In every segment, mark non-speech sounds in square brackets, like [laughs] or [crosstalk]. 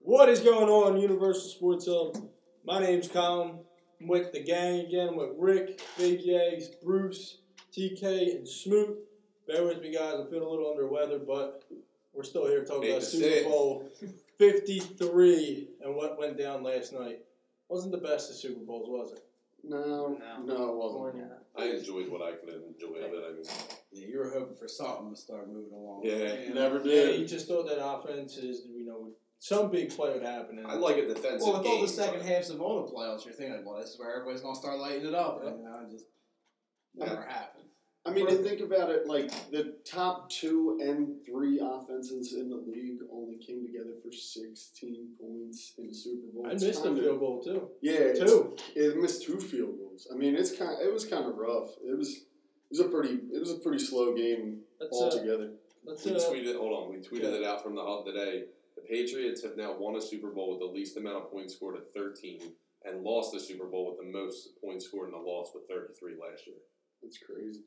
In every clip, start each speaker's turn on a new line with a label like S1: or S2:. S1: What is going on, Universal Sports Hub? My name's Colin. I'm with the gang again. I'm with Rick, Big Yags, Bruce, TK, and Smoot. Bear with me, guys. I'm feeling a little under the weather, but we're still here talking
S2: Make
S1: about
S2: the
S1: Super
S2: six.
S1: Bowl 53 and what went down last night. Wasn't the best of Super Bowls, was it?
S3: No,
S4: No.
S3: no, it wasn't.
S2: I enjoyed what I could enjoy of it. I mean,
S5: Yeah, you were hoping for something to start moving along.
S2: Yeah.
S3: You never
S1: Yeah,
S3: did.
S1: you just thought that offenses, you know, some big play would happen. And
S2: I like a defensive
S5: Well, with
S2: game.
S5: all the second
S2: but-
S5: halves of all the playoffs, you're thinking, well, this is where everybody's gonna start lighting it up, and you know, it just never happened.
S3: I mean, to think about it, like the top two and three offenses in the league only came together for 16 points in the Super Bowl.
S1: I
S3: It's
S1: missed a
S3: kinda-
S1: field goal, too.
S3: Yeah, it's-
S1: Two.
S3: it missed two field goals. I mean, it's kind. It was kind of rough. It was. It was a pretty. It was a pretty slow game
S1: That's, uh,
S3: altogether.
S1: that's
S2: We
S1: uh,
S2: tweeted. Hold on, we tweeted
S1: Yeah.
S2: it out from the hub today. The Patriots have now won a Super Bowl with the least amount of points scored at 13, and lost the Super Bowl with the most points scored in the loss with 33 last year.
S3: It's crazy.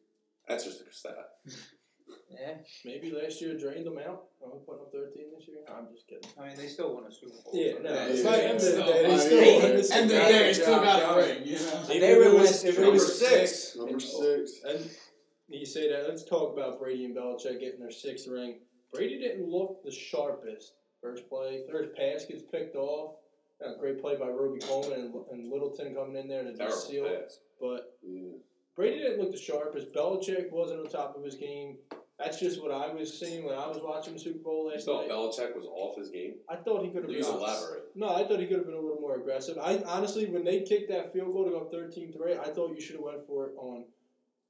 S2: That's just a stat.
S4: Yeah,
S1: Maybe last year drained them out. I'm only putting up 13 this year. No, I'm just kidding.
S4: I mean they still won a Super Bowl.
S1: Yeah, no.
S4: so-
S1: it's
S3: yeah,
S1: not end of the
S5: yeah.
S1: day. They
S3: Yeah.
S1: still
S3: End
S1: this
S5: And
S3: of
S5: the
S3: the
S1: guy.
S5: day still got a ring, you know.
S1: If
S4: They were
S1: it was,
S4: last-
S1: if it
S2: Number
S1: was
S2: six.
S3: Number six.
S1: And you say that. Let's talk about Brady and Belichick getting their sixth ring. Brady didn't look the sharpest. First play, third pass gets picked off. Yeah, great play by Roby Coleman and, and Littleton coming in there to
S2: Terrible
S1: just seal it.
S2: pass.
S1: But
S3: Yeah.
S1: Brady didn't look the sharpest. Belichick wasn't on top of his game. That's just what I was seeing when I was watching the Super Bowl
S2: You
S1: last
S2: thought
S1: night.
S2: Belichick was off his game?
S1: I thought he could have been.
S2: Please elaborate.
S1: No, I thought he could have been a little more aggressive. I honestly, when they kicked that field goal to go 13-3, I thought you should have went for it on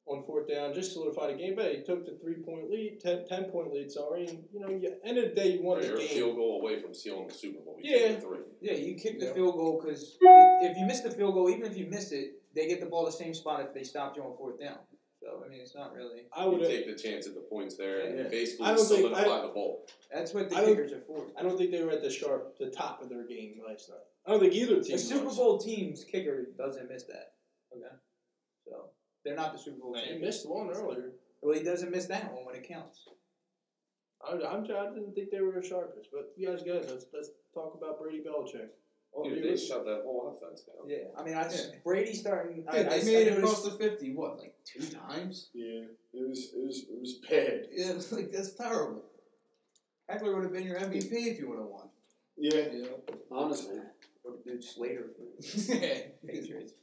S1: on fourth down, just solidify the game. But he took the three point lead, 10, 10 point lead. Sorry, and you know, you, end of the day, you won the
S2: Right, You're a
S1: game.
S2: field goal away from sealing the Super Bowl. You
S1: Yeah.
S2: took the three.
S4: Yeah, you kick the
S1: Yeah.
S4: field goal because if you miss the field goal, even if you miss it, they get the ball the same spot if they stopped you on fourth down. So I mean, it's not really.
S1: I
S2: You
S1: would. have.
S2: take the chance at the points there, and
S1: Yeah.
S2: you basically
S1: I don't think-
S2: solidify
S1: I-
S2: the bowl.
S4: That's what the
S1: I don't-
S4: kickers are for.
S1: I don't think they were at the sharp, the top of their game last night. I don't think either team.
S4: The Super
S1: was.
S4: Bowl team's kicker doesn't miss that. Okay, so they're not the Super Bowl
S1: He
S4: team.
S1: missed one earlier.
S4: Well, he doesn't miss that one when it counts.
S1: I, I'm, I didn't think they were the sharpest, but you guys good. Let's let's talk about Brady Belichick.
S4: Well,
S2: Dude,
S4: they-
S2: they shut that whole offense down.
S4: yeah, I mean, I just Brady starting.
S5: [laughs]
S4: I,
S5: Dude,
S4: I,
S5: they
S4: I
S5: made it
S4: noticed-
S5: across the fifty, what, like two times?
S3: Yeah. It was. It was. It was bad.
S5: Yeah, it's like that's terrible. Eckler would have been your MVP if you would have won.
S3: Yeah.
S5: You
S3: Honestly.
S4: What did Slater for the
S5: [laughs] know?
S4: Patriots?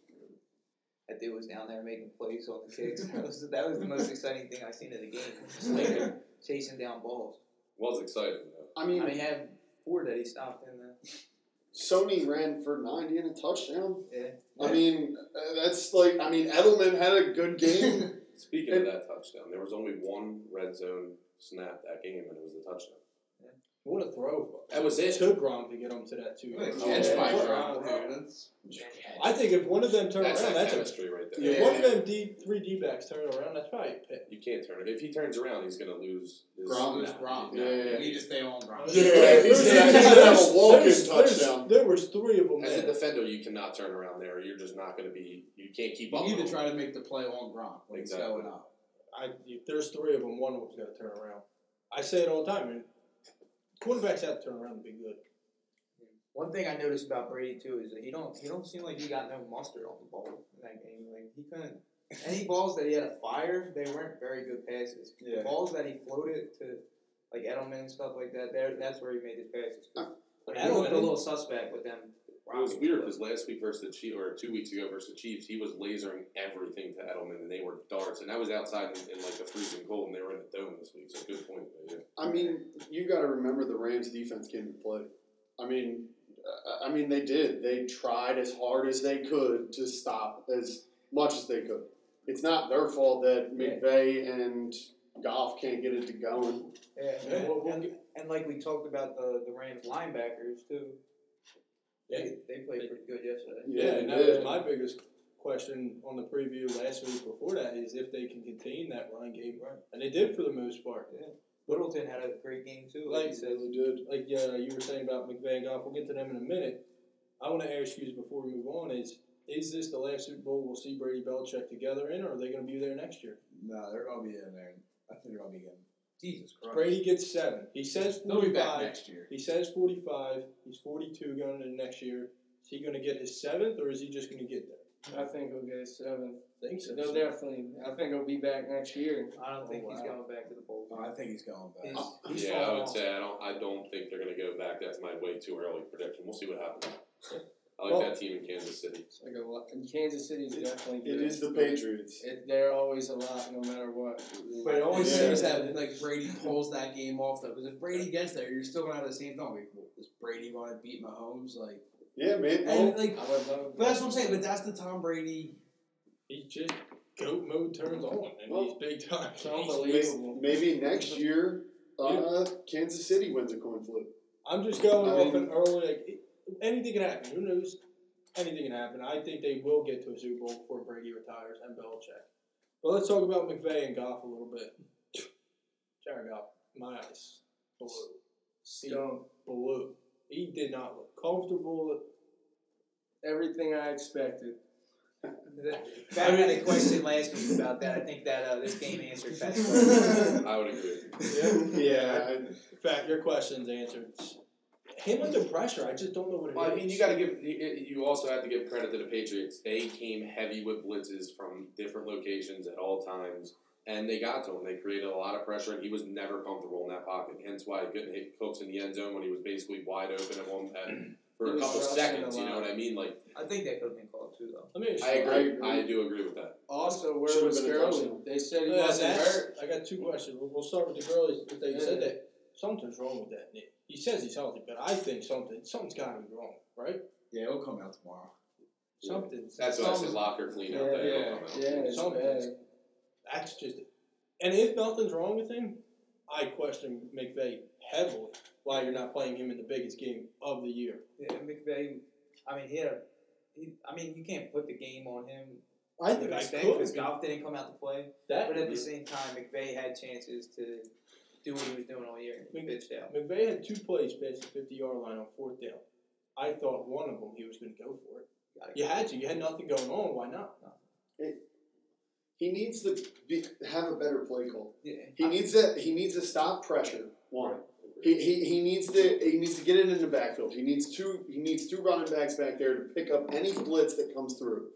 S4: That dude was down there making plays on the kicks. [laughs] That was, that was the most exciting thing I seen in the game. Slater chasing down balls.
S2: Was exciting though.
S3: I
S4: I
S3: mean,
S4: mean, he had four that he stopped in the.
S3: Sony ran for 90 and a touchdown.
S4: Yeah.
S3: I mean, uh, that's like, I mean, Edelman had a good game.
S2: Speaking
S3: And-
S2: of that touchdown, there was only one red zone snap that game, and it was the touchdown.
S1: What a throw!
S2: That was it.
S1: Took Grom to get him to that two.
S5: What a
S3: Yeah.
S5: catch by
S3: Yeah.
S5: Brown, dude. That's-
S1: I think if one of them turned
S2: That's
S1: around,
S2: that
S1: Oh, that's a
S2: chemistry right there.
S1: if
S3: Yeah.
S1: one of them D three D backs turned around, that's probably a pick.
S2: You can't turn it. If he turns around, he's gonna lose. His
S5: Grom
S2: snap.
S5: is Grom.
S3: Yeah.
S5: You need to stay on Grom.
S3: Yeah, he said- he said have a walking
S1: There's- there's-
S3: touchdown.
S1: There was three of them.
S2: As a
S1: there.
S2: defender, you cannot turn around there. You're just not gonna be. You can't keep
S5: You
S2: up. with
S5: need to
S2: him.
S5: try to make the play on Grom when he's
S2: Exactly.
S5: going up.
S1: I, if there's three of them. One of them's got to turn around. I say it all the time, man. Quarterbacks have to turn around to be good.
S4: One thing I noticed about Brady too is that he don't he don't seem like he got no mustard on the ball in that game. Like he couldn't. Any balls that he had to fire, they weren't very good passes.
S5: Yeah.
S4: Balls that he floated to, like Edelman and stuff like that. There, that's where he made his passes. Like, he looked a
S1: Edelman-
S4: little suspect with them.
S2: It was weird because last week versus the Chiefs, or two weeks ago versus the Chiefs, he was lasering everything to Edelman, and they were darts. And that was outside in, in like the freezing cold, and they were in a dome this week. So good point. but yeah.
S3: I mean, you got to remember the Rams defense came to play. I mean, uh, I mean, they did. They tried as hard as they could to stop as much as they could. It's not their fault that
S4: Yeah.
S3: McVay and Goff can't get it to going.
S4: Yeah.
S1: Yeah, we'll- we'll
S4: and, and like we talked about the the Rams linebackers too. They, they played pretty good yesterday.
S1: Yeah,
S3: they
S1: and that was
S3: did.
S1: my biggest question on the preview last week before that is if they can contain that run game.
S4: Right.
S1: And they did for the most part.
S4: Littleton had a great game too. Like,
S1: Like-
S4: you said.
S3: They did.
S1: Like yeah, you were saying about McVay and Goff, we'll get to them in a minute. I want to ask you before we move on is is this the last Super Bowl we'll see Brady Belichick together in, or are they going to be there next year?
S5: No, they're gonna be in there. I think they're gonna be in
S4: Jesus Christ.
S1: Brady gets seven. He says
S5: They'll be back
S1: 45.
S5: next year.
S1: He says 45. He's 42 going into next year. Is he going to get his seventh, or is he just going to get there?
S6: I think he'll get a seven.
S1: I think so.
S6: They'll definitely. I think he'll be back next year.
S4: I don't think
S5: Oh,
S4: he's
S5: wow.
S4: going back to the bowl.
S5: Oh, I think he's going back.
S4: He's- he's
S2: Uh, yeah,
S4: falling
S2: I would
S4: off.
S2: say I don't. I don't think they're going to go back. That's my way too early prediction. We'll see what happens. I like
S1: Well-
S2: that team in Kansas City.
S6: It's like a lot. And Kansas City's
S3: It's-
S6: definitely
S3: It
S6: good.
S3: is the Patriots.
S6: It, they're always a lot, no matter what.
S5: But it always
S3: Yeah.
S5: seems that like Brady pulls that game off though, because if Brady gets there, you're still gonna have the same thought. Like, well, is Brady gonna beat Mahomes? Like,
S3: Yeah, man.
S5: and like,
S6: I would love.
S5: but that's what I'm saying. But that's the Tom Brady.
S1: He's just goat mode turns on, and he's big time.
S6: It's unbelievable.
S3: Maybe next year, uh, Kansas City wins a coin flip.
S1: I'm just going
S6: I
S1: off
S6: mean-
S1: an early. Like, it- anything can happen. Who knows? Anything can happen. I think they will get to a Super Bowl before Brady retires and Belichick. But let's talk about McVay and Goff a little bit. Jared Goff, my eyes, blue,
S6: Stone.
S1: blue. He did not look comfortable.
S6: Everything I expected.
S4: That had a question last week about that. I think that uh, this game answered
S5: [laughs]
S4: that.
S2: I would agree.
S3: [laughs] Yeah,
S1: In fact, your question's answered. Him under pressure, I just don't know what it is.
S2: Well, I mean, you got to give. you- You also have to give credit to the Patriots. They came heavy with blitzes from different locations at all times, and they got to him. They created a lot of pressure, and he was never comfortable in that pocket. Hence, why he couldn't hit Cooks in the end zone when he was basically wide open at one at,
S6: He
S2: for a
S6: was
S2: couple
S6: rushing a
S2: seconds. You know
S6: lot.
S2: what I mean? Like,
S4: I think that could have been called too, though.
S1: Let me
S2: I
S1: ask you.
S3: I
S2: agree.
S3: agree.
S2: I do agree with that.
S6: Also, where
S3: Should've
S6: was
S3: been a
S6: Gurley?
S3: touchdown.
S6: They said he
S1: Yeah,
S6: wasn't
S1: Uh, that's-
S6: hurt.
S1: I got two questions. We'll, we'll start with the girl. That you said
S6: Yeah.
S1: that something's wrong with that knee. He says he's healthy, but I think something something's got to be wrong, right?
S5: Yeah, it'll come out tomorrow.
S2: Yeah.
S1: Something's
S2: That's why I said
S1: something's-
S2: locker clean out.
S6: Yeah,
S2: there.
S6: yeah,
S2: Don't come out.
S6: yeah, it's
S1: Something's,
S6: bad.
S1: that's just. And if nothing's wrong with him, I question McVay heavily why you're not playing him in the biggest game of the year.
S4: Yeah, McVay, I mean, he had a, he, I mean, you can't put the game on him.
S1: I think
S4: to an
S1: I
S4: extent,
S1: could.
S4: because Goff didn't come out to play.
S1: That
S4: But at the same time, McVay had chances to do what he was doing all year, and he
S1: Mc-
S4: bitched out.
S1: McVay had two plays past the 50 yard line on fourth down. I thought one of them he was going to go for it. You had to. You had nothing going on. Why not?
S3: he needs to be, have a better play call.
S4: Yeah.
S3: He needs to he needs to stop pressure. One. He, he, he needs to he needs to get it in the backfield. He needs two he needs two running backs back there to pick up any blitz that comes through.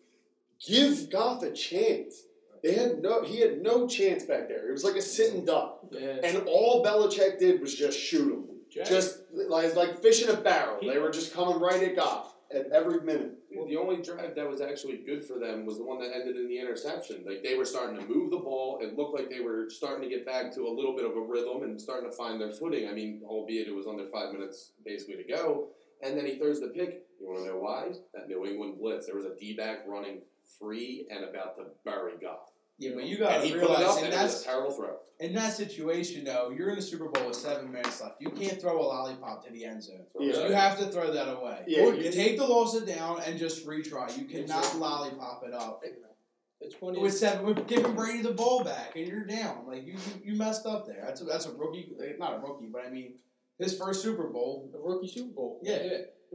S3: Give Goff a chance. They had no he had no chance back there. It was like a sitting duck.
S6: Yeah.
S3: And all Belichick did was just shoot him.
S1: Jack-
S3: Just like like fish in a barrel. They were just coming right at Goff at every minute.
S2: Well, the only drive that was actually good for them was the one that ended in the interception. Like they were starting to move the ball. It looked like they were starting to get back to a little bit of a rhythm and starting to find their footing. I mean, albeit it was under five minutes basically to go. And then he throws the pick. You want to know why? That New England blitz. There was a D back running free and about to bury Goff.
S5: Yeah, but you
S2: And
S5: gotta
S2: he put it
S5: realize,
S2: up,
S5: and
S2: and it was
S5: that's
S2: a terrible throw.
S5: in that situation though. You're in the Super Bowl with seven minutes left. You can't throw a lollipop to the end zone.
S3: Yeah.
S5: You have to throw that away.
S3: Yeah,
S5: Or you
S3: you-
S5: take the loss down and just retry. You cannot
S1: Exactly.
S5: lollipop it up.
S1: It's funny.
S5: With seven, with giving Brady the ball back, and you're down. Like you, you messed up there. That's a, that's a rookie, like, not a rookie, but I mean, his first Super Bowl.
S1: a rookie Super Bowl.
S5: Yeah.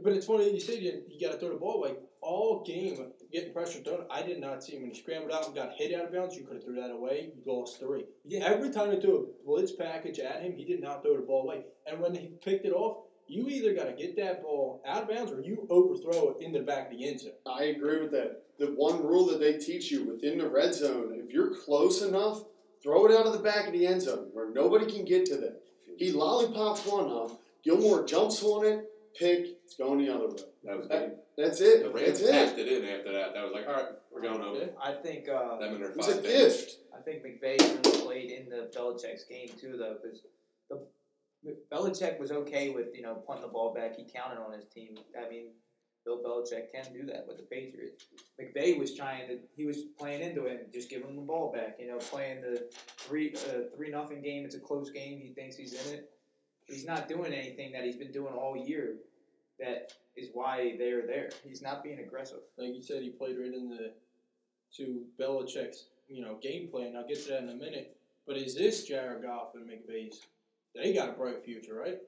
S1: But it's funny that you said you, you got to throw the ball like all game getting pressure thrown. I did not see him when he scrambled out and got hit out of bounds. You could have threw that away. You lost three.
S4: Yeah.
S1: Every time they threw a blitz package at him, he did not throw the ball away. And when he picked it off, you either got to get that ball out of bounds or you overthrow it into the back of the end zone.
S3: I agree with that. The one rule that they teach you within the red zone, if you're close enough, throw it out of the back of the end zone where nobody can get to them. He lollipops one up, Gilmore jumps on it, pick, it's going the other way.
S2: That was
S3: That-
S2: good.
S3: That's
S2: The
S3: it.
S2: Rams
S3: That's it.
S2: packed it in after that. That was like, all right, we're going home.
S1: Yeah.
S4: I think uh,
S2: Them and their
S3: It
S2: five
S3: was
S2: fans.
S3: a gift.
S4: I think McVay really played into Belichick's game too, though, because the Belichick was okay with you know punting the ball back. He counted on his team. I mean, Bill Belichick can do that with the Patriots. McVay was trying to. He was playing into it and just giving him the ball back. You know, playing the three uh, three nothing game. It's a close game. He thinks he's in it. He's not doing anything that he's been doing all year. That is why they're there. He's not being aggressive.
S1: Like you said, he played right in the to Belichick's you know game plan. I'll get to that in a minute. But is this Jared Goff and McVay's? They got a bright future, right?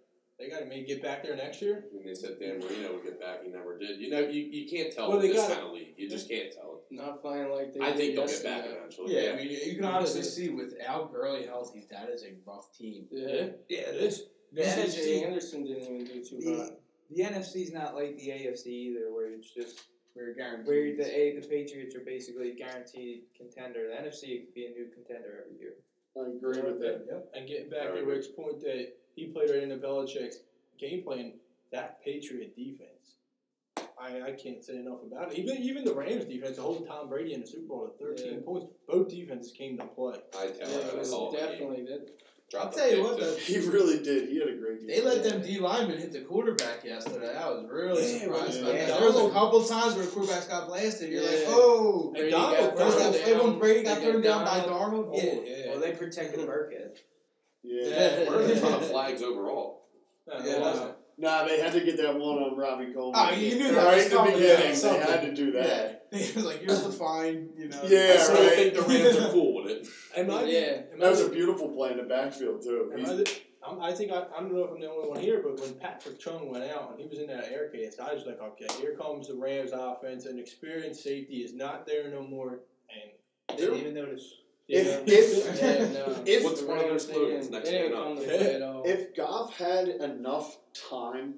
S1: They got to maybe get back there next year.
S2: And they said Dan Marino would get back. He never did. You know, you, you can't tell
S1: Well,
S2: with
S1: they
S2: this
S1: got-
S2: kind of league. You just can't tell.
S6: Not playing like they
S2: I
S6: did
S2: think they'll get
S6: yesterday.
S2: back eventually.
S5: Yeah, I mean, you can honestly
S1: Yeah.
S5: see with Al Gurley healthy, that is a rough team.
S6: Yeah.
S4: Yeah,
S1: It is.
S4: the
S6: CJ
S4: NFC,
S6: Anderson didn't even do too
S4: the, the NFC's not like the AFC either, where it's just
S5: We're guaranteed.
S4: where the A, the Patriots are basically guaranteed contender. The NFC could be a new contender every year.
S3: I agree with that. [laughs]
S5: Yep.
S1: And getting back
S2: Very
S1: to
S2: good.
S1: Rick's point that he played right into Belichick's game plan, that Patriot defense. I, I can't say enough about it. Even even the Rams defense, the whole Tom Brady in the Super Bowl at 13
S6: Yeah.
S1: points, both defenses came to play.
S2: I
S6: bad.
S2: tell
S6: Yeah, it
S2: I
S6: was
S2: saw the game.
S6: definitely did.
S2: Dropped
S5: I'll
S2: a
S5: tell you
S2: pick
S5: what,
S2: to-
S5: though.
S3: He really did. He had a great game.
S5: They let them D linemen hit the quarterback yesterday. I was really
S1: Yeah,
S5: surprised by
S3: yeah.
S5: that. There was a couple times where quarterbacks got blasted. You're like,
S6: Yeah.
S5: oh,
S1: And Donald
S5: where's
S1: Brown
S5: that play when Brady got
S6: They
S5: thrown down by
S6: Donald.
S5: Darnold?
S1: Oh,
S5: Yeah.
S1: yeah.
S4: Well, they protected
S5: [laughs]
S4: Burkhead.
S2: [laughs]
S3: Yeah. [laughs]
S5: Yeah.
S2: Where are the ton of flags overall?
S1: No,
S5: Yeah,
S1: no,
S5: that's-
S1: no.
S3: Nah, they had to get that one on Robbie Coleman.
S5: Oh, you knew that
S3: Right
S5: was
S3: at the
S5: coming.
S3: beginning,
S5: Yeah,
S3: they
S5: something.
S3: had to do that.
S5: They was [laughs] like, here's the fine, you know.
S2: I
S3: Yeah,
S2: still
S3: right.
S2: think the Rams
S3: [laughs]
S2: are cool with it.
S1: Am I? the-
S6: Yeah.
S1: Am I
S3: That was a
S1: the-
S3: beautiful play in the backfield too.
S1: am I
S3: He's-
S1: the- I'm, I think I, I don't know if I'm the only one here, but when Patrick Chung went out and he was in that air case, I was like, okay, here comes the Rams offense, and experienced safety is not there no more. And
S4: Didn't even notice.
S1: you
S3: If-
S1: know? [laughs]
S3: if-
S6: Yeah, no.
S3: If-
S2: What's
S6: The
S2: one of their
S6: Rams, they didn't-
S2: slogans next
S6: They
S2: man
S6: didn't
S2: up?
S6: come to play
S1: [laughs]
S6: at
S5: um,
S6: all.
S3: If Goff had enough time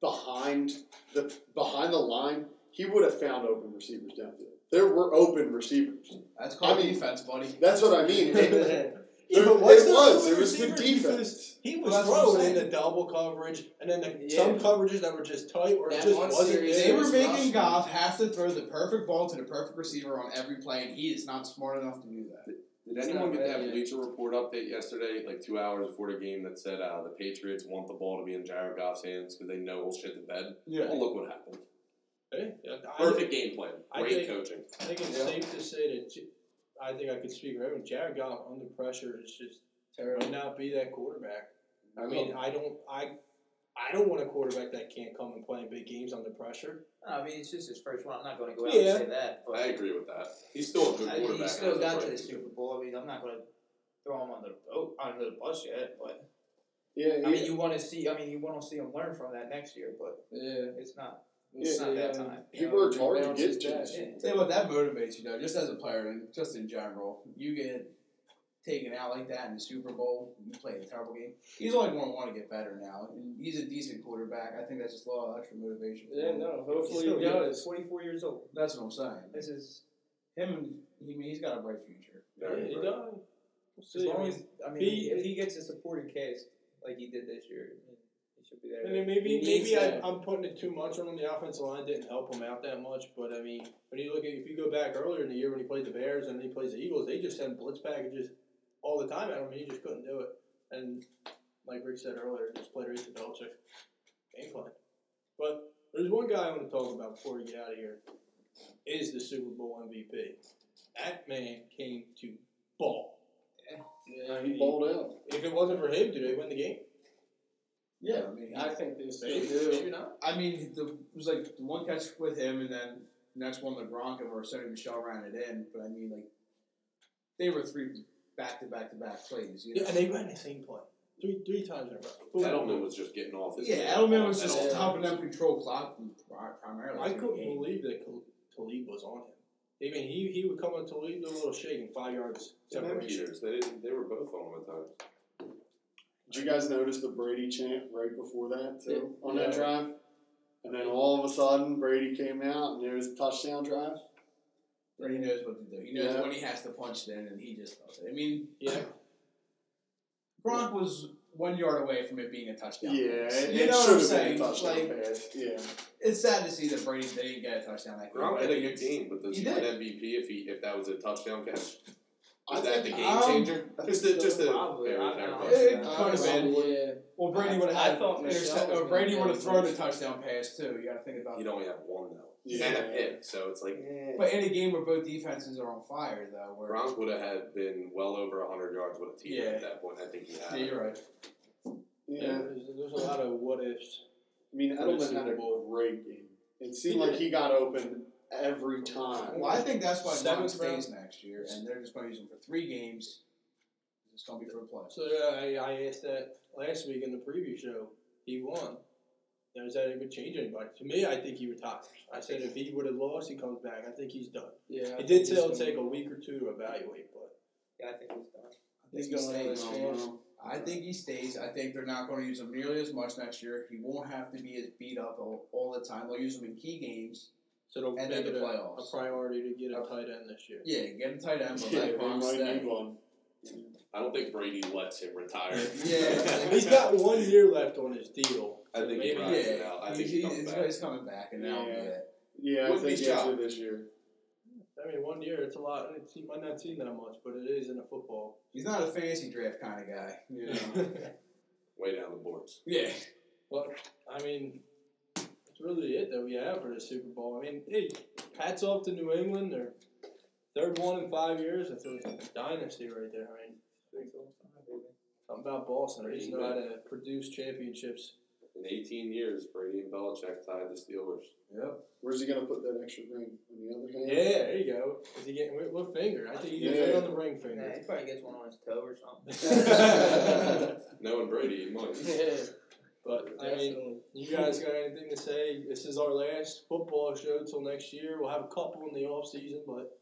S3: behind the behind the line, he would have found open receivers downfield. There were open receivers.
S5: That's called
S3: I mean-
S5: defense, buddy.
S3: That's what I
S1: [laughs]
S3: mean. There,
S1: Yeah,
S3: there
S1: but was there
S3: was. It
S1: open
S3: was the
S1: receivers? Because
S3: defense.
S1: He
S5: Well,
S1: was
S5: that's what I'm
S1: throwing in
S5: saying.
S1: the double coverage, and then the,
S6: Yeah.
S1: some coverages that were just tight or it
S6: That
S1: just
S6: one
S1: wasn't
S6: series,
S1: there.
S5: They were
S6: was
S5: making
S6: rushing.
S5: Goff have to throw the perfect ball to the perfect receiver on every play, and he is not smart enough to do that.
S2: Did
S6: It's
S2: anyone
S6: not
S2: get
S6: bad
S2: that
S6: yet.
S2: Bleacher Report update yesterday, like two hours before the game, that said uh, the Patriots want the ball to be in Jared Goff's hands because they know he'll shit the bed?
S5: Yeah.
S2: Well, look what happened.
S1: Hey, yeah, I,
S2: Perfect game plan.
S1: I
S2: Great
S1: think-
S2: coaching.
S1: I think it's
S6: Yeah.
S1: safe to say that J- I think I could speak for everyone. Jared Goff under pressure is just
S6: Terrible.
S1: would not be that quarterback. I
S6: No.
S1: mean, I don't, I, I don't want a quarterback that can't come and play in big games under pressure.
S4: No, I mean, it's just his first one. I'm not going to go out
S1: Yeah.
S4: and say that. But
S2: I agree with that. He's still a good
S4: I mean,
S2: quarterback.
S4: he still
S2: and that's
S4: got
S2: right.
S4: to the Super Bowl. I mean, I'm not going to throw him under the boat, under the bus yet. But
S3: Yeah,
S4: I mean, you want to see. I mean, you want to see him learn from that next year. But
S6: Yeah.
S4: it's not.
S6: We'll
S3: Yeah.
S4: It's not
S6: see,
S4: that
S6: um,
S4: time.
S3: he
S6: Yeah,
S3: worked hard to
S6: rebounds
S3: get
S6: is
S3: to.
S6: bad.
S3: this.
S4: Yeah.
S5: Tell you what, that motivates you, though, just as a player and just in general. You get taken out like that in the Super Bowl, you play a terrible game. He's only going to want to get better now. And he's a decent quarterback. I think that's just a little extra motivation. for
S6: Yeah,
S5: him.
S6: no.
S4: He's
S6: Hopefully
S4: still
S6: he
S4: young.
S6: does.
S4: 24 years old.
S5: That's what I'm saying.
S4: This is
S5: Him, and he, I mean, he's got a bright future.
S2: Yeah,
S1: he
S2: right.
S1: done. We'll
S4: as
S1: see. I
S4: long
S1: mean,
S4: as I mean,
S1: he-
S4: if he gets a supporting cast like he did this year, I mean, he should be there.
S1: And then maybe
S6: He needs
S1: maybe I,
S6: that.
S1: I'm putting it too much on him. The offensive line didn't help him out that much, but I mean, when you look at if you go back earlier in the year when he played the Bears and then he plays the Eagles, they just sent blitz packages all the time at him, and he just couldn't do it. And like Rick said earlier, just played right to Belichick game plan. But there's one guy I want to talk about before we get out of here is the Super Bowl MVP. That man came to ball.
S6: Yeah,
S3: He balled out.
S1: If it wasn't for him, do they win the game?
S5: Yeah, I mean,
S6: I think they still
S1: Maybe,
S6: do.
S1: maybe not.
S5: I mean, the, it was like the one catch with him, and then next one LeBron and where Sony Michelle ran it in. But I mean, like they were three back to back to back plays. You know?
S1: Yeah, and they ran the same play three three times in a row. Boom.
S2: Edelman was just getting off his
S5: yeah,
S2: man.
S5: Edelman was
S2: At
S5: just
S2: all
S6: Edelman.
S5: helping
S2: times.
S5: them control clock pri- primarily.
S1: I
S5: through the
S1: couldn't
S5: game.
S1: believe that Khal- Talib was on him. I mean, he, he would come up to Talib, do a little shake, and five yards
S2: Tim and
S1: separation.
S2: Peters, they, didn't, they were both on him at times.
S3: Did you guys notice the Brady chant right before that too on that
S6: Yeah.
S3: drive? And then all of a sudden Brady came out and it was a touchdown drive.
S5: But he knows what to do. He knows
S3: Yeah.
S5: when he has to punch it in, and he just does it. I mean,
S1: Yeah,
S5: Gronk was one yard away from it being a touchdown.
S3: Yeah,
S5: pass.
S3: it,
S5: you
S3: it
S5: know what
S3: should
S5: I'm
S3: have
S5: saying?
S3: been a touchdown
S5: Like,
S3: pass. Yeah.
S5: it's sad to see that Brady didn't get a touchdown that quick.
S2: Gronk
S5: but I
S2: had a
S5: mean,
S2: good
S5: it's-
S2: game, but does
S5: He
S2: he win
S5: did.
S2: MVP if he if that was a touchdown catch?
S3: I
S2: Is that
S3: think
S2: the
S5: um,
S2: game changer? Just a, just a
S4: Probably,
S2: very
S4: I
S2: fair
S4: don't know.
S2: question.
S5: It could have been.
S6: Yeah.
S5: Well, Brady
S6: I-
S5: would have
S6: I
S5: had.
S6: thought
S5: intercept-
S6: Michelle was
S5: or
S6: gonna
S5: Brady
S6: get
S5: would have
S6: it
S5: thrown a
S6: first.
S5: touchdown pass too. You got to think about.
S2: You
S5: that.
S2: don't have one though.
S3: Yeah.
S2: And a pick, so it's like eh.
S5: But in a game where both defenses are on fire, though, where
S2: Gronk would have had been well over hundred yards with a team
S5: Yeah.
S2: at that point. I think he
S5: yeah,
S2: had. it.
S5: you're right.
S3: yeah.
S1: yeah. There's, there's a lot of what ifs.
S3: I mean
S1: For the
S3: Edelman had
S1: Super
S3: a great game. It seemed like he got open every time.
S5: Well, I think that's why Gronk
S1: Seventh round.
S5: stays next year, and they're just going to use him for three games. It's going to be for a plus.
S1: uh, So yeah, I, I asked that last week in the preview show. he won. Now, is that even change anybody? To me, I think he retires. I said if he would have lost, he comes back. I think he's done.
S6: Yeah.
S1: It did tell take a week or two to evaluate, but
S4: Yeah, I think he's done.
S6: He's
S5: He's
S6: going
S5: staying
S6: on his
S5: on,
S6: fans.
S5: bro. I think he stays. I think they're not going to use him nearly as much next year. He won't have to be as beat up all, all the time. They'll use him in key games.
S1: so they'll
S5: And
S1: make
S5: then
S1: it a,
S5: the
S1: a
S5: playoffs.
S1: priority to get a tight end this year.
S5: Yeah, get him tight end. But
S3: Yeah,
S5: let
S3: they
S5: Gronk
S3: might
S5: stay.
S3: need one.
S2: I don't think Brady lets him retire. [laughs]
S5: Yeah.
S1: [laughs] He's got one year left on his deal.
S2: I think he
S1: Maybe-
S2: rides it
S5: Yeah,
S2: out. I
S5: he's,
S2: think he
S5: he's-
S2: comes
S5: he's-
S2: back.
S5: he's coming back, and now
S3: Yeah.
S5: yeah.
S3: Yeah, I
S2: Wouldn't be
S3: think he has
S2: shocked.
S3: to this year.
S1: I mean, one year, it's a lot. It's, he might not seem that much, but it is in a football.
S5: he's not a fantasy draft kind of guy.
S1: [laughs]
S5: You know?
S2: Way down the boards.
S5: yeah,
S1: I mean, that's really it that we have for the Super Bowl. I mean, hey, hats off to New England. They're third one in five years. That's a dynasty right there. I mean, something about Boston. They just know how to produce championships.
S2: In 18 years, Brady and Belichick tied the Steelers.
S5: yep.
S3: Where's he gonna put that extra ring? On the other
S1: Yeah,
S3: hand,
S1: there you go. Is he getting what- what finger? I think he gets it
S3: Yeah.
S1: on the ring
S4: Yeah,
S1: finger.
S4: he probably gets one on his toe or something.
S2: Knowing Brady, he might.
S1: [laughs] But I mean, You guys got anything to say? This is our last football show till next year. We'll have a couple in the off season, but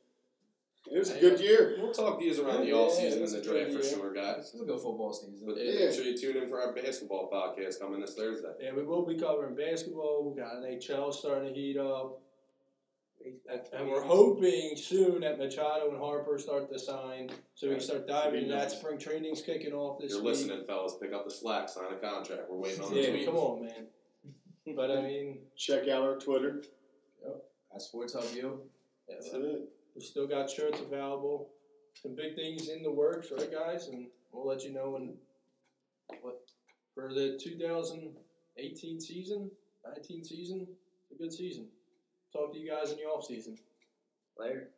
S3: [laughs] it was a good year.
S2: We'll talk these around the
S6: Yeah,
S2: off season
S6: that's
S2: and the
S6: a
S2: draft
S6: good
S2: for
S6: idea.
S2: sure, guys.
S5: Still go football season.
S2: But
S3: Yeah.
S2: make sure you tune in for our basketball podcast coming this Thursday.
S1: yeah, we will be covering basketball. We got NHL starting to heat up, and we're hoping soon that Machado and Harper start to sign, so we can start diving into that. Spring training's kicking off this
S2: You're
S1: week.
S2: listening, fellas. Pick up the slack, sign a contract. We're waiting on the
S1: Yeah,
S2: tweet.
S1: come on, man. But I mean,
S3: Check out our Twitter.
S5: At Sports Hub U.
S3: That's it.
S1: we still got shirts available. Some big things in the works, right, guys? And we'll let you know when what for the 2018 season, 19 season, a good season. Talk to you guys in the off season.
S4: Later.